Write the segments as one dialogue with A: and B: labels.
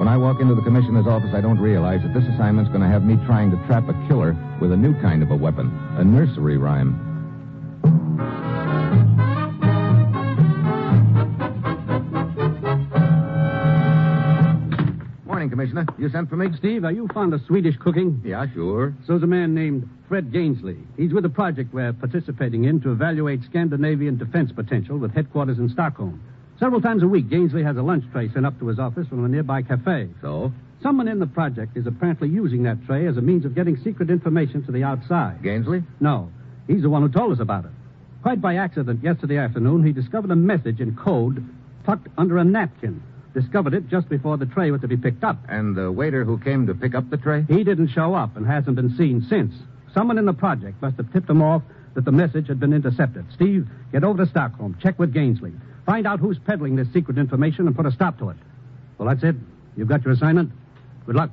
A: when I walk into the commissioner's office, I don't realize that this assignment's going to have me trying to trap a killer with a new kind of a weapon a nursery rhyme. Morning, Commissioner. You sent for me?
B: Steve, are you fond of Swedish cooking?
A: Yeah, sure.
B: So's a man named Fred Gainsley. He's with a project we're participating in to evaluate Scandinavian defense potential with headquarters in Stockholm. Several times a week, Gainsley has a lunch tray sent up to his office from a nearby cafe.
A: So,
B: Someone in the project is apparently using that tray as a means of getting secret information to the outside.
A: Gainsley?
B: No, he's the one who told us about it. Quite by accident, yesterday afternoon, he discovered a message in code tucked under a napkin. Discovered it just before the tray was to be picked up.
A: And the waiter who came to pick up the tray?
B: He didn't show up and hasn't been seen since. Someone in the project must have tipped him off that the message had been intercepted. Steve, get over to Stockholm. Check with Gainsley. Find out who's peddling this secret information and put a stop to it. Well, that's it. You've got your assignment. Good luck.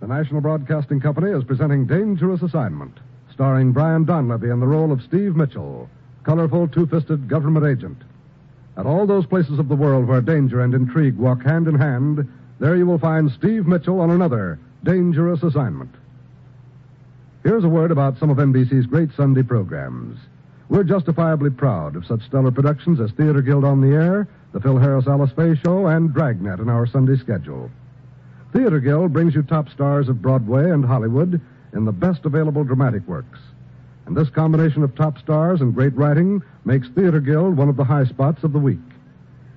C: The National Broadcasting Company is presenting Dangerous Assignment, starring Brian Donlevy in the role of Steve Mitchell, colorful, two fisted government agent. At all those places of the world where danger and intrigue walk hand in hand, there you will find Steve Mitchell on another Dangerous Assignment. Here's a word about some of NBC's great Sunday programs. We're justifiably proud of such stellar productions as Theater Guild on the Air, The Phil Harris Alice Faye Show, and Dragnet in our Sunday schedule. Theater Guild brings you top stars of Broadway and Hollywood in the best available dramatic works. And this combination of top stars and great writing makes Theater Guild one of the high spots of the week.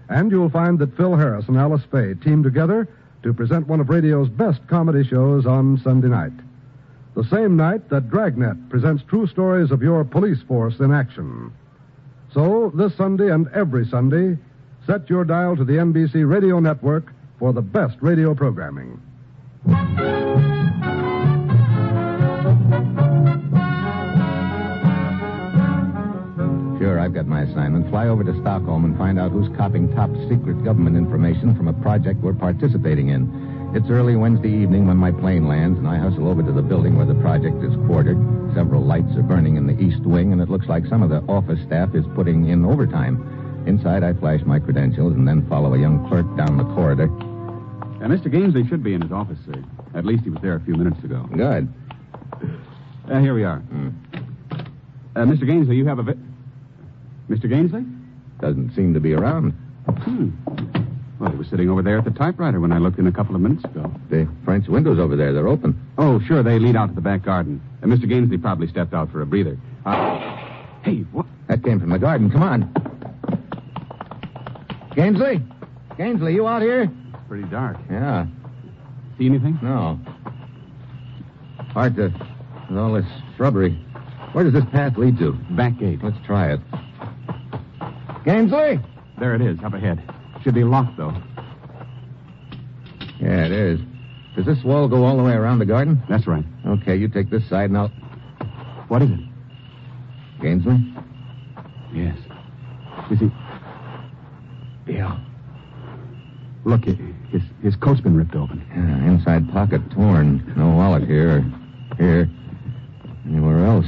C: And you'll find that Phil Harris and Alice Faye team together to present one of radio's best comedy shows on Sunday night. The same night that Dragnet presents true stories of your police force in action. So, this Sunday and every Sunday, set your dial to the NBC Radio Network for the best radio programming.
A: Sure, I've got my assignment. Fly over to Stockholm and find out who's copying top secret government information from a project we're participating in. It's early Wednesday evening when my plane lands, and I hustle over to the building where the project is quartered. Several lights are burning in the east wing, and it looks like some of the office staff is putting in overtime. Inside, I flash my credentials and then follow a young clerk down the corridor.
D: Uh, Mr. Gamesley should be in his office, sir. At least he was there a few minutes ago.
A: Good.
D: Uh, here we are. Uh, Mr. Gamesley, you have a. Vi- Mr. Gamesley?
A: Doesn't seem to be around.
D: Hmm. Well, he was sitting over there at the typewriter when I looked in a couple of minutes ago.
A: The French windows over there, they're open.
D: Oh, sure, they lead out to the back garden. Uh, Mr. Gamesley probably stepped out for a breather. Uh, hey, what?
A: That came from the garden. Come on. Gamesley? Gamesley, you out here?
D: Pretty dark.
A: Yeah.
D: See anything?
A: No.
C: Hard to. With all this shrubbery. Where does this path lead to?
B: Back gate.
C: Let's try it. Gamesley?
B: There it is, up ahead. Should be locked, though.
C: Yeah, it is. Does this wall go all the way around the garden?
B: That's right.
C: Okay, you take this side and I'll.
B: What is it?
C: Gamesley?
B: Yes. You see. Bill. Look, i- his, his coat's been ripped open.
C: Yeah, inside pocket torn. No wallet here or here. Anywhere else.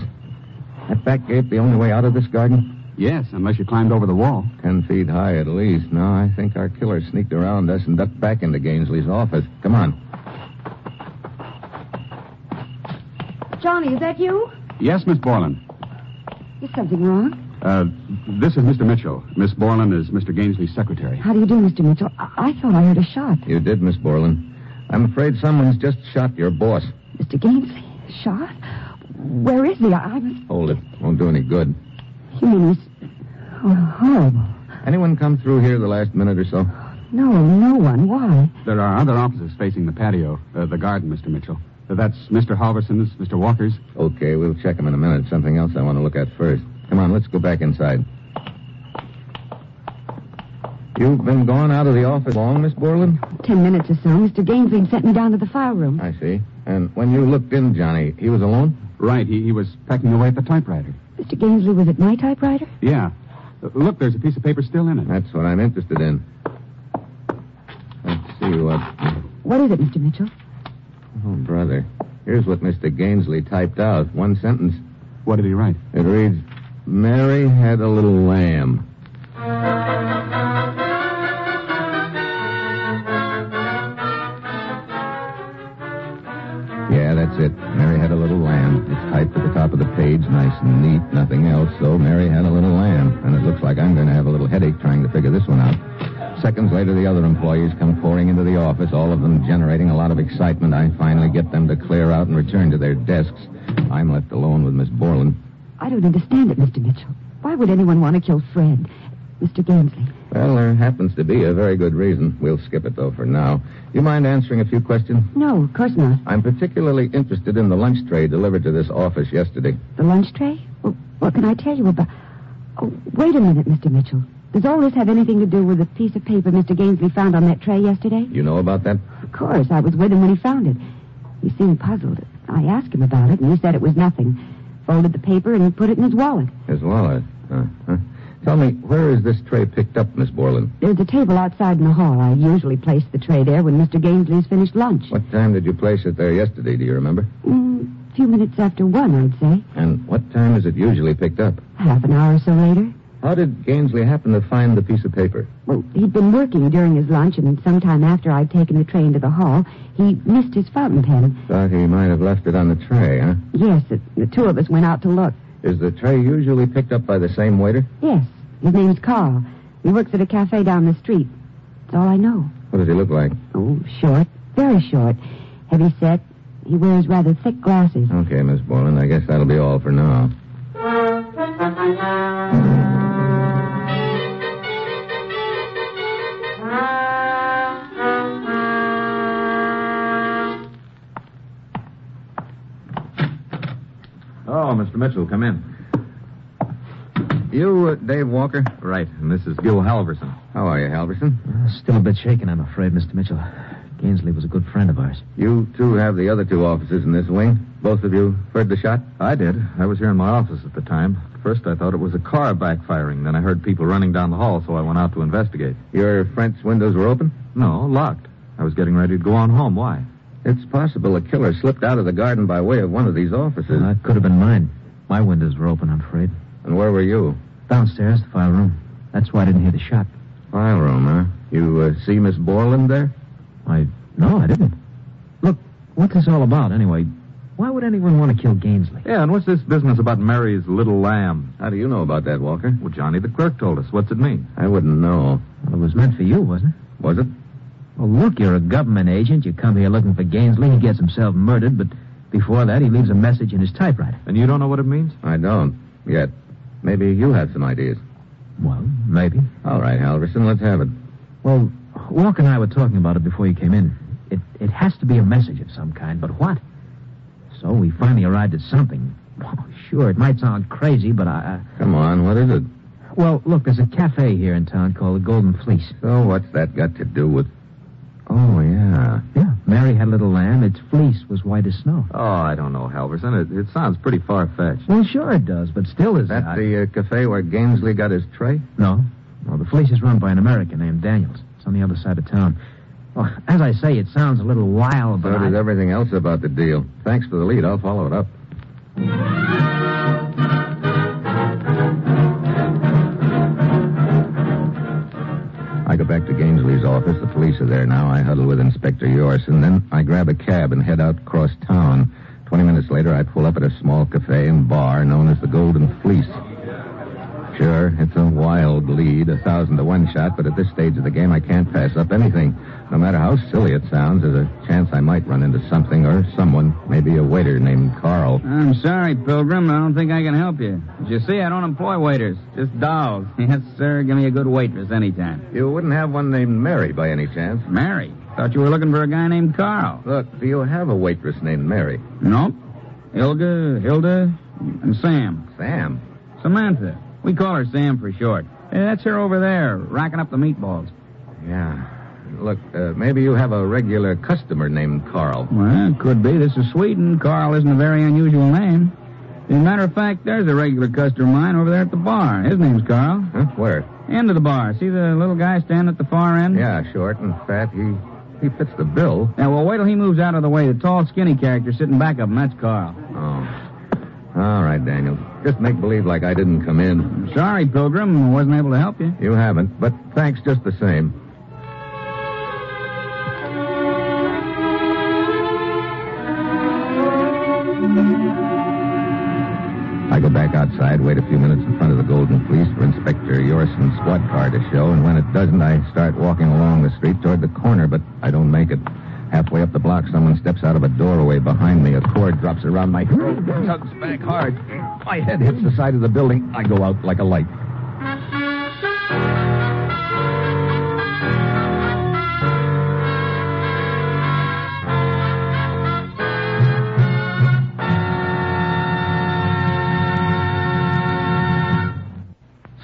C: That back gate the only way out of this garden?
B: Yes, unless you climbed over the wall.
C: Ten feet high at least. No, I think our killer sneaked around us and ducked back into Gainsley's office. Come on.
E: Johnny, is that you?
B: Yes, Miss Borland.
E: Is something wrong?
B: Uh, this is Mr. Mitchell. Miss Borland is Mr. Gainsley's secretary.
E: How do you do, Mr. Mitchell? I, I thought I heard a shot.
C: You did, Miss Borland. I'm afraid someone's just shot your boss.
E: Mr. Gamesley, shot? Where is he? I, I must.
C: Hold it. Won't do any good.
E: You mean he's. Oh, horrible.
C: Anyone come through here the last minute or so?
E: No, no one. Why?
B: There are other offices facing the patio, uh, the garden, Mr. Mitchell. Uh, that's Mr. Halverson's, Mr. Walker's.
C: Okay, we'll check them in a minute. Something else I want to look at first. Come on, let's go back inside. You've been gone out of the office long, Miss Borland?
E: Ten minutes or so, Mr. Gamesley sent me down to the file room.
C: I see. And when you looked in, Johnny, he was alone?
B: Right, he, he was pecking away at the typewriter.
E: Mr. Gamesley was at my typewriter?
B: Yeah. Uh, Look, there's a piece of paper still in it.
C: That's what I'm interested in. Let's see what.
E: What is it, Mr. Mitchell?
C: Oh, brother. Here's what Mr. Gainsley typed out. One sentence.
B: What did he write?
C: It reads Mary had a little lamb. Yeah, that's it. Mary had a little lamb. It's typed at the top of the page, nice and neat, nothing else. So Mary had a little lamb, and it looks like I'm going to have a little headache trying to figure this one out. Seconds later, the other employees come pouring into the office, all of them generating a lot of excitement. I finally get them to clear out and return to their desks. I'm left alone with Miss Borland.
E: I don't understand it, Mr. Mitchell. Why would anyone want to kill Fred? Mr. Gamesley.
C: Well, there happens to be a very good reason. We'll skip it, though, for now. You mind answering a few questions?
E: No, of course not.
C: I'm particularly interested in the lunch tray delivered to this office yesterday.
E: The lunch tray? Well, what can I tell you about? Oh, wait a minute, Mr. Mitchell. Does all this have anything to do with the piece of paper Mr. Gainsley found on that tray yesterday?
C: You know about that?
E: Of course, I was with him when he found it. He seemed puzzled. I asked him about it, and he said it was nothing. Folded the paper and put it in his wallet.
C: His wallet. Uh, huh. Tell me, where is this tray picked up, Miss Borland?
E: There's a table outside in the hall. I usually place the tray there when Mr. Gainsley's finished lunch.
C: What time did you place it there yesterday, do you remember?
E: Mm, a few minutes after one, I'd say.
C: And what time is it usually picked up?
E: Half an hour or so later.
C: How did Gainsley happen to find the piece of paper?
E: Well, he'd been working during his lunch, and sometime after I'd taken the tray into the hall, he missed his fountain pen.
C: Thought he might have left it on the tray, huh?
E: Yes, the, the two of us went out to look.
C: Is the tray usually picked up by the same waiter?
E: Yes, his name's Carl. He works at a cafe down the street. That's all I know.
C: What does he look like?
E: Oh, short, very short. Heavy set. He wears rather thick glasses.
C: Okay, Miss Borland, I guess that'll be all for now. Oh, Mr. Mitchell, come in. You, uh, Dave Walker?
F: Right, and this is Gil Halverson.
C: How are you, Halverson?
F: Uh, Still a bit shaken, I'm afraid, Mr. Mitchell. Gainsley was a good friend of ours.
C: You two have the other two offices in this wing. Both of you heard the shot?
F: I did. I was here in my office at the time. First, I thought it was a car backfiring. Then I heard people running down the hall, so I went out to investigate.
C: Your French windows were open?
F: No, locked. I was getting ready to go on home. Why?
C: It's possible a killer slipped out of the garden by way of one of these offices.
F: that could have been mine. My windows were open, I'm afraid.
C: and where were you?
F: Downstairs, the file room. That's why I didn't hear the shot.
C: File room, huh? You uh, see Miss Borland there?
F: I. No, I didn't. Look, what's this all about, anyway? Why would anyone want to kill Gainsley?
G: Yeah, and what's this business about Mary's little lamb?
C: How do you know about that, Walker?
G: Well, Johnny, the clerk told us. What's it mean?
C: I wouldn't know.
F: Well, it was meant for you, wasn't it?
C: Was it?
F: Well, look, you're a government agent. You come here looking for Gainsley. He gets himself murdered, but before that, he leaves a message in his typewriter.
G: And you don't know what it means?
C: I don't. Yet. Maybe you have some ideas.
F: Well, maybe.
C: All right, Halverson, let's have it.
F: Well, Walk and I were talking about it before you came in. It, it has to be a message of some kind, but what?
H: So we finally arrived at something. Oh, sure, it might sound crazy, but I.
C: Come on, what is it?
H: I- Well, look, there's a cafe here in town called the Golden Fleece.
C: So what's that got to do with... Oh, yeah.
H: Yeah. Mary had a little lamb. Its fleece was white as snow.
I: Oh, I don't know, Halverson. It, it sounds pretty far-fetched.
H: Well, sure it does, but still is
C: Is that the uh, cafe where Gamesley got his tray?
H: No. Well, the fleece is run by an American named Daniels. It's on the other side of town. Well, as I say, it sounds a little wild, but
C: So
H: I-
C: does everything else about the deal. Thanks for the lead. I'll follow it up. I go back to Gainsley's office. The police are there now. I huddle with Inspector Yorson. Then I grab a cab and head out across town. Twenty minutes later, I pull up at a small cafe and bar known as the Golden Fleece. Sure, it's a wild lead, a thousand to one shot, but at this stage of the game, I can't pass up anything. No matter how silly it sounds, there's a chance I might run into something or someone, maybe a waiter named Carl.
B: I'm sorry, Pilgrim. I don't think I can help you. As you see, I don't employ waiters, just dolls. Yes, sir. Give me a good waitress anytime.
C: You wouldn't have one named Mary by any chance.
B: Mary. Thought you were looking for a guy named Carl.
C: Look, do you have a waitress named Mary?
B: Nope. Hilda, Hilda, and Sam.
C: Sam.
B: Samantha. We call her Sam for short. Eh, That's her over there, racking up the meatballs.
C: Yeah. Look, uh, maybe you have a regular customer named Carl.
B: Well, could be. This is Sweden. Carl isn't a very unusual name. As a matter of fact, there's a regular customer of mine over there at the bar. His name's Carl.
C: Huh? Where?
B: End of the bar. See the little guy standing at the far end?
C: Yeah, short and fat. He he fits the bill.
B: Yeah, well, wait till he moves out of the way. The tall, skinny character sitting back of him, that's Carl.
C: Oh. All right, Daniel. Just make believe like I didn't come in.
B: I'm sorry, Pilgrim. I wasn't able to help you.
C: You haven't, but thanks just the same. I go back outside, wait a few minutes in frent of the Golden Fleece for Inspector Yorison's squad car to show, and when it doesn't, I start walking along the street toward the corner, but I don't make it. Halfway up the block, someone steps out of a doorway behind me. A cord drops around my throat, tugs back hard. My head hits the side of the building. I go out like a light.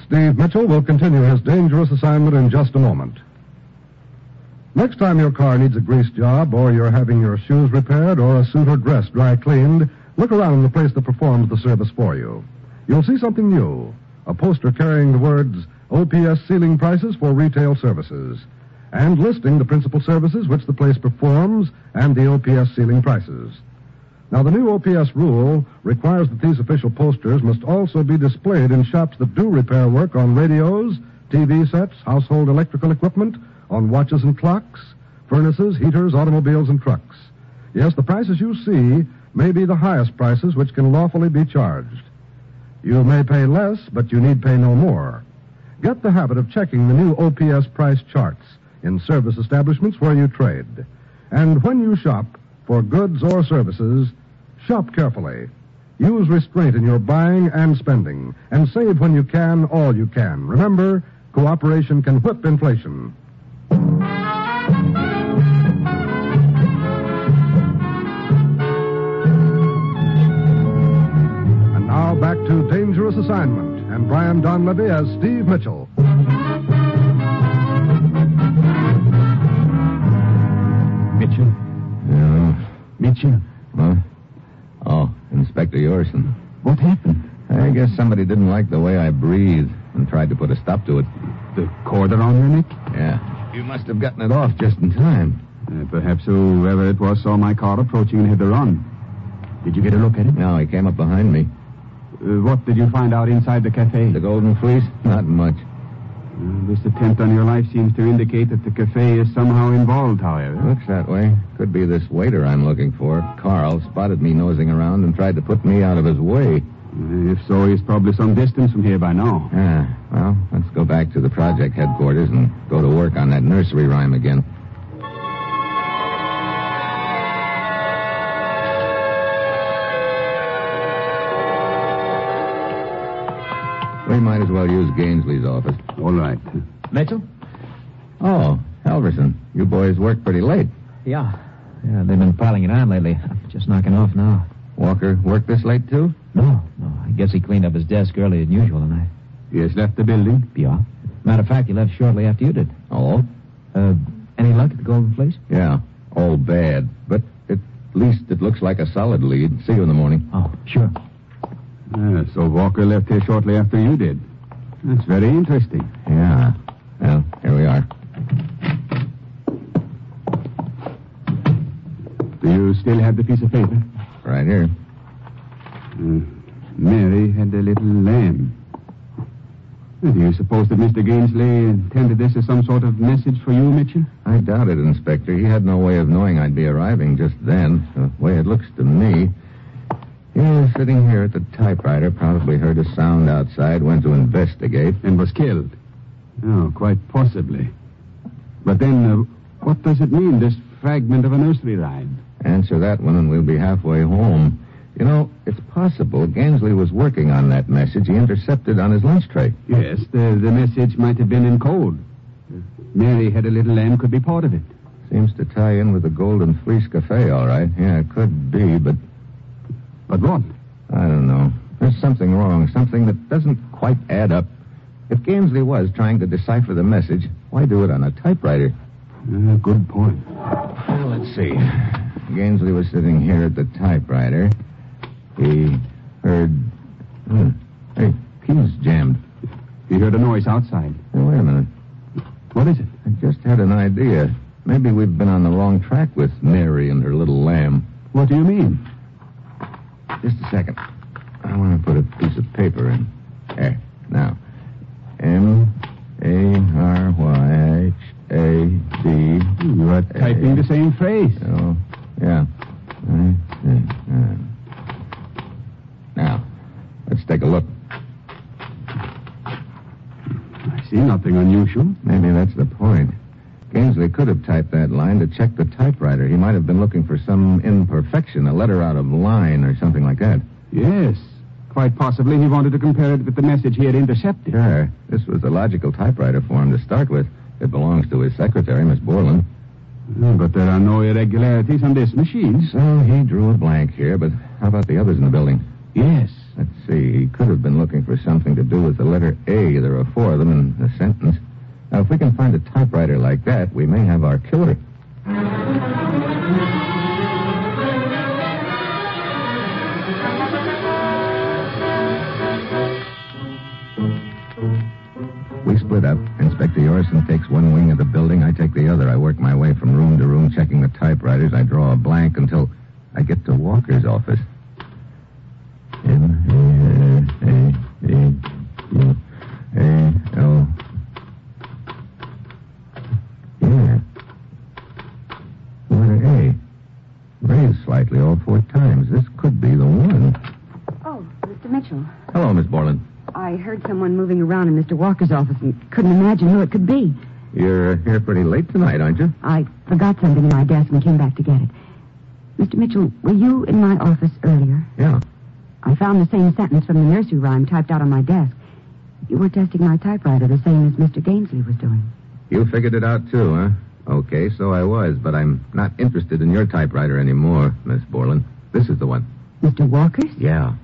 J: Steve Mitchell will continue his dangerous assignment in just a moment. Next time your car needs a grease job, or you're having your shoes repaired, or a suit or dress dry cleaned, look around in the place that performs the service for you. You'll see something new a poster carrying the words OPS ceiling prices for retail services, and listing the principal services which the place performs and the OPS ceiling prices. Now, the new OPS rule requires that these official posters must also be displayed in shops that do repair work on radios, TV sets, household electrical equipment, on watches and clocks, furnaces, heaters, automobiles, and trucks. Yes, the prices you see may be the highest prices which can lawfully be charged. You may pay less, but you need pay no more. Get the habit of checking the new OPS price charts in service establishments where you trade. And when you shop for goods or services, shop carefully. Use restraint in your buying and spending, and save when you can all you can. Remember, cooperation can whip inflation. And now back to Dangerous Assignment and Brian Donlevy as Steve Mitchell.
K: Mitchell?
C: Yeah.
K: Mitchell?
C: Huh? Oh, Inspector Yorson.
K: What happened?
C: I guess somebody didn't like the way I breathe and tried to put a stop to it.
K: The cord around your neck?
C: Yeah. You must have gotten it off just in time.
K: Uh, perhaps whoever it was saw my car approaching and had to run. Did you get a look at it?
C: No, he came up behind me.
K: Uh, what did you find out inside the cafe?
C: The Golden Fleece? Not much.
K: Uh, this attempt on your life seems to indicate that the cafe is somehow involved, however.
C: Looks that way. Could be this waiter I'm looking for. Carl spotted me nosing around and tried to put me out of his way.
K: Uh, if so, he's probably some distance from here by now.
C: Ah, well, let's go back to the project headquarters and go to work on that nursery rhyme again. We might as well use Gainsley's office.
K: All right.
H: Mitchell?
C: Oh, Halverson, you boys work pretty late.
H: Yeah. Yeah, they've been piling it on lately. I'm just knocking off now. Walker worked this late, too?
L: No, no. I guess he cleaned up his desk earlier than usual tonight.
B: He has left the building.
L: Yeah. Matter of fact, he left shortly after you did.
H: Oh?
L: Uh, any luck at the Golden Fleece?
H: Yeah. Oh, bad. But at least it looks like a solid lead. See you in the morning.
L: Oh, sure.
B: Ah, so Walker left here shortly after you did. That's very interesting.
H: Yeah. Well, here we are.
B: Do you still have the piece of paper?
H: Right here.
B: Uh,
H: Hmm.
B: Mary had a little lamb. Do you suppose that Mr. Gainsley intended this as some sort of message for you, Mitchell?
H: I doubt it, Inspector. He had no way of knowing I'd be arriving just then, the way it looks to me. He was sitting here at the typewriter, probably heard a sound outside, went to investigate.
B: And was killed? Oh, quite possibly. But then, uh, what does it mean, this fragment of a nursery rhyme?
H: Answer that one, and we'll be halfway home. You know, it's possible Gansley was working on that message he intercepted on his lunch tray.
B: Yes, the, the message might have been in code. Mary had a little lamb could be part of it.
H: Seems to tie in with the Golden Fleece Cafe, all right. Yeah, it could be, but
B: But what?
H: I don't know. There's something wrong, something that doesn't quite add up. If Gamesley was trying to decipher the message, why do it on a typewriter?
B: Uh, good point.
H: Well, let's see. Gamesley was sitting here at the typewriter. He heard. Hmm. Hey, key's jammed.
B: He heard a noise outside.
H: Hey, wait a minute.
B: What is it?
H: I just had an idea. Maybe we've been on the wrong track with Mary and her little lamb.
B: What do you mean?
H: Just a second. I want to put a piece of paper in. There. Now. M A R Y H A D.
B: You are typing the same phrase.
H: Oh, yeah. I see. Uh, Now, let's take a look.
B: I see nothing unusual.
H: Maybe that's the point. Gamesley could have typed that line to check the typewriter. He might have been looking for some imperfection, a letter out of line or something like that.
B: Yes. Quite possibly he wanted to compare it with the message he had intercepted.
H: Sure. This was the logical typewriter for him to start with. It belongs to his secretary, Miss Borland.
B: Oh, but there are no irregularities on this machine.
H: So he drew a blank here, but how about the others in the building?
B: Yes.
H: Let's see. He could have been looking for something to do with the letter A. There are four of them in the sentence. Now, if we can find a typewriter like that, we may have our killer. We split up. Inspector Yorison takes one wing of the building. I take the other. I work my way from room to room, checking the typewriters. I draw a blank until I get to Walker's office. M-A-R-A-D-U-A-L. Yeah. Letter A. Raised slightly all four times. This could be the one.
E: Oh, Mr. Mitchell.
H: Hello, Miss Borland.
E: I heard someone moving around in Mr. Walker's office and couldn't imagine who it could be.
H: You're here pretty late tonight, aren't you?
E: I forgot something in my desk and came back to get it. Mr. Mitchell, were you in my office earlier?
H: Yeah.
E: I found the same sentence from the nursery rhyme typed out on my desk. You were testing my typewriter the same as Mr. Gainsley was doing.
H: You figured it out too, huh? Okay, so I was, but I'm not interested in your typewriter anymore, Miss Borland. This is the one.
E: Mr. Walker's?
H: Yeah.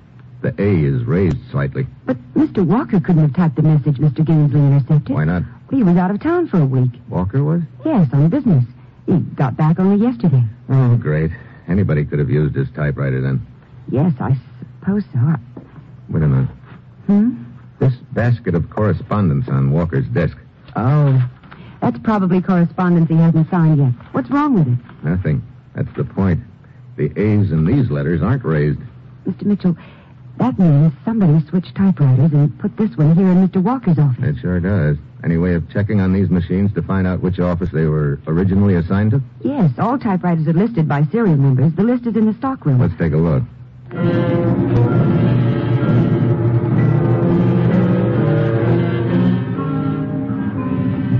H: The A is raised slightly.
E: But Mr. Walker couldn't have typed the message Mr. Gainsley intercepted.
H: Why not?
E: He was out of town for a week.
H: Walker was?
E: Yes, on business. He got back only yesterday.
H: Oh, great. Anybody could have used his typewriter then.
E: Yes, I suppose so. I-
H: Wait a minute.
E: Hmm?
H: This basket of correspondence on Walker's desk.
E: Oh. That's probably correspondence he hasn't signed yet. What's wrong with it?
H: Nothing. That's the point. The A's in these letters aren't raised.
E: Mr. Mitchell, that means somebody switched typewriters and put this one here in Mr. Walker's office.
H: It sure does. Any way of checking on these machines to find out which office they were originally assigned to?
E: Yes, all typewriters are listed by serial numbers. The list is in the stockroom.
H: Let's take a look.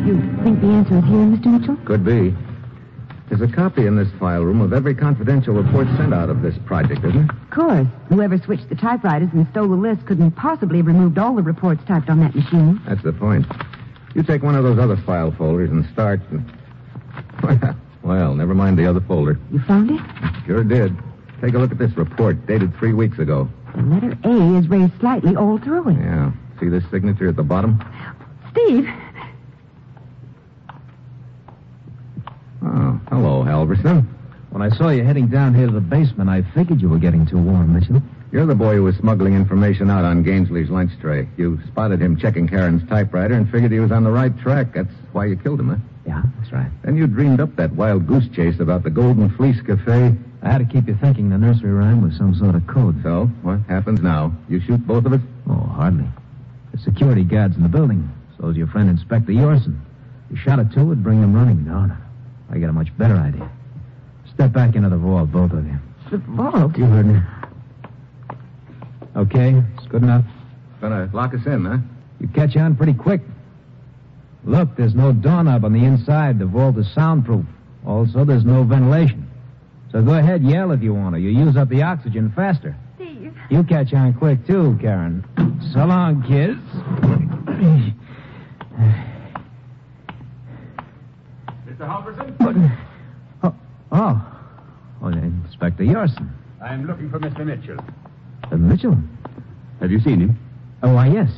E: You think the answer is here, Mr. Mitchell?
H: Could be. There's a copy in this file room of every confidential report sent out of this project, isn't there?
E: Of course. Whoever switched the typewriters and stole the list couldn't possibly have removed all the reports typed on that machine.
H: That's the point. You take one of those other file folders and start. And... well, never mind the other folder.
E: You found it?
H: Sure did. Take a look at this report dated three weeks ago.
E: The letter A is raised slightly all through it.
H: Yeah. See this signature at the bottom?
E: Steve,
H: Oh, hello, Halverson.
L: When I saw you heading down here to the basement, I figured you were getting too warm, Mitchell.
H: You're the boy who was smuggling information out on Gainsley's lunch tray. You spotted him checking Karen's typewriter and figured he was on the right track. That's why you killed him, huh?
L: Yeah, that's right.
H: Then you dreamed up that wild goose chase about the Golden Fleece Cafe.
L: I had to keep you thinking the nursery rhyme was some sort of code.
H: So, what happens now? You shoot both of us?
L: Oh, hardly. The security guards in the building. So's your friend Inspector Yorson. You shot at two, would bring them running. No, no. I got a much better idea. Step back into the vault, both of you.
E: the vault.
L: You heard me. Okay, it's good enough.
H: Gonna lock us in, huh?
L: You catch on pretty quick. Look, there's no doorknob on the inside. The vault is soundproof. Also, there's no ventilation. So go ahead, yell if you want to. You use up the oxygen faster.
E: Steve.
L: You catch on quick, too, Karen. So long, kids.
B: Mr. Halverson?
L: Oh, oh. Oh, Inspector Yorson.
B: I'm looking for Mr. Mitchell.
L: Uh, Mitchell.
B: Have you seen him?
L: Oh, why, yes.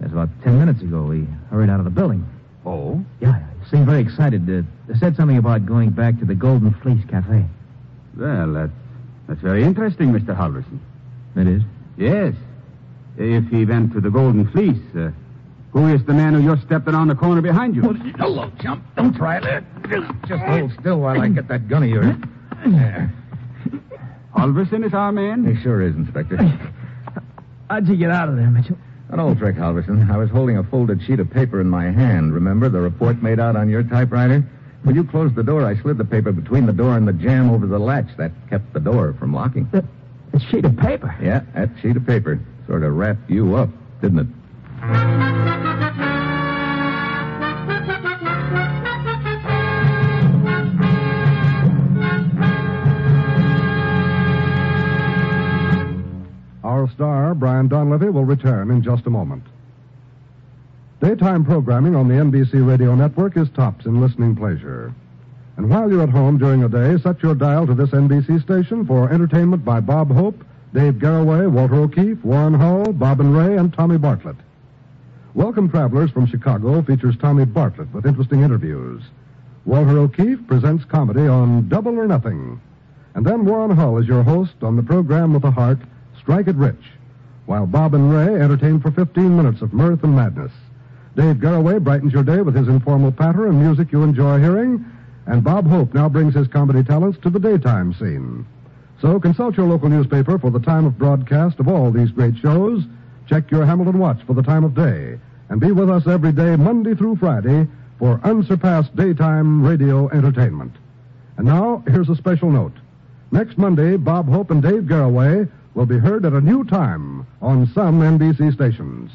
L: That's about ten minutes ago. We hurried out of the building.
B: Oh?
L: Yeah, you seemed very excited. Uh, said something about going back to the Golden Fleece Cafe.
B: Well, that, that's very interesting, Mr. Halverson.
L: It is?
B: Yes. If he went to the Golden Fleece, uh, who is the man who just stepped around the corner behind you?
H: Hello, chump. Don't try it. Uh, Just hold still while I get that gun of yours. There.
B: Halverson is our man?
H: He sure is, Inspector.
L: How'd you get out of there, Mitchell?
H: An old trick, Halverson. I was holding a folded sheet of paper in my hand. Remember the report made out on your typewriter? When you closed the door, I slid the paper between the door and the jamb over the latch. That kept the door from locking.
L: The, the sheet of paper.
H: Yeah, that sheet of paper sort of wrapped you up, didn't it?
C: Our star, Brian Donlevy, will return in just a moment. Daytime programming on the NBC Radio Network is tops in listening pleasure. And while you're at home during the day, set your dial to this NBC station for entertainment by Bob Hope, Dave Garraway, Walter O'Keefe, Warren Hull, Bob and Ray, and Tommy Bartlett. Welcome Travelers from Chicago features Tommy Bartlett with interesting interviews. Walter O'Keefe presents comedy on Double or Nothing. And then Warren Hull is your host on the program with a heart, Strike It Rich, while Bob and Ray entertain for 15 minutes of mirth and madness. Dave Garraway brightens your day with his informal patter and music you enjoy hearing, and Bob Hope now brings his comedy talents to the daytime scene. So consult your local newspaper for the time of broadcast of all these great shows, check your Hamilton Watch for the time of day, and be with us every day, Monday through Friday, for unsurpassed daytime radio entertainment. And now, here's a special note. Next Monday, Bob Hope and Dave Garraway will be heard at a new time on some NBC stations.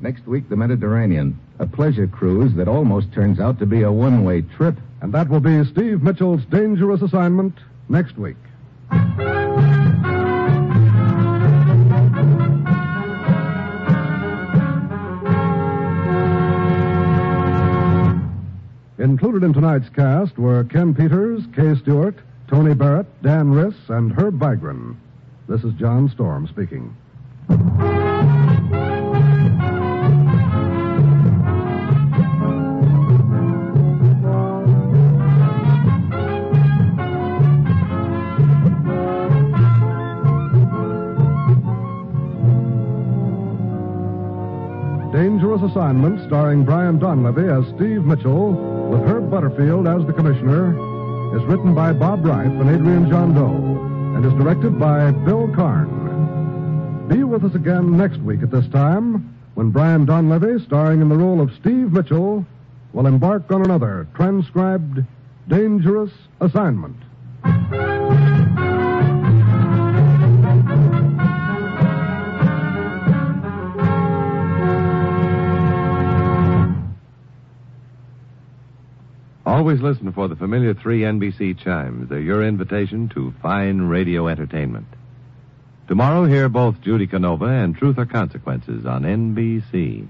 H: Next week, the Mediterranean, a pleasure cruise that almost turns out to be a one way trip.
C: And that will be Steve Mitchell's dangerous assignment next week. Included in tonight's cast were Ken Peters, Kay Stewart, Tony Barrett, Dan Riss, and Herb Bygren. This is John Storm speaking. Dangerous Assignment, starring Brian Donlevy as Steve Mitchell, with Herb Butterfield as the commissioner, is written by Bob Reif and Adrian John Doe, and is directed by Bill Karn. Be with us again next week at this time, when Brian Donlevy, starring in the role of Steve Mitchell, will embark on another transcribed Dangerous Assignment.
M: Always listen for the familiar three NBC chimes. They're your invitation to fine radio entertainment.
H: Tomorrow, hear both Judy Canova and Truth or Consequences on NBC.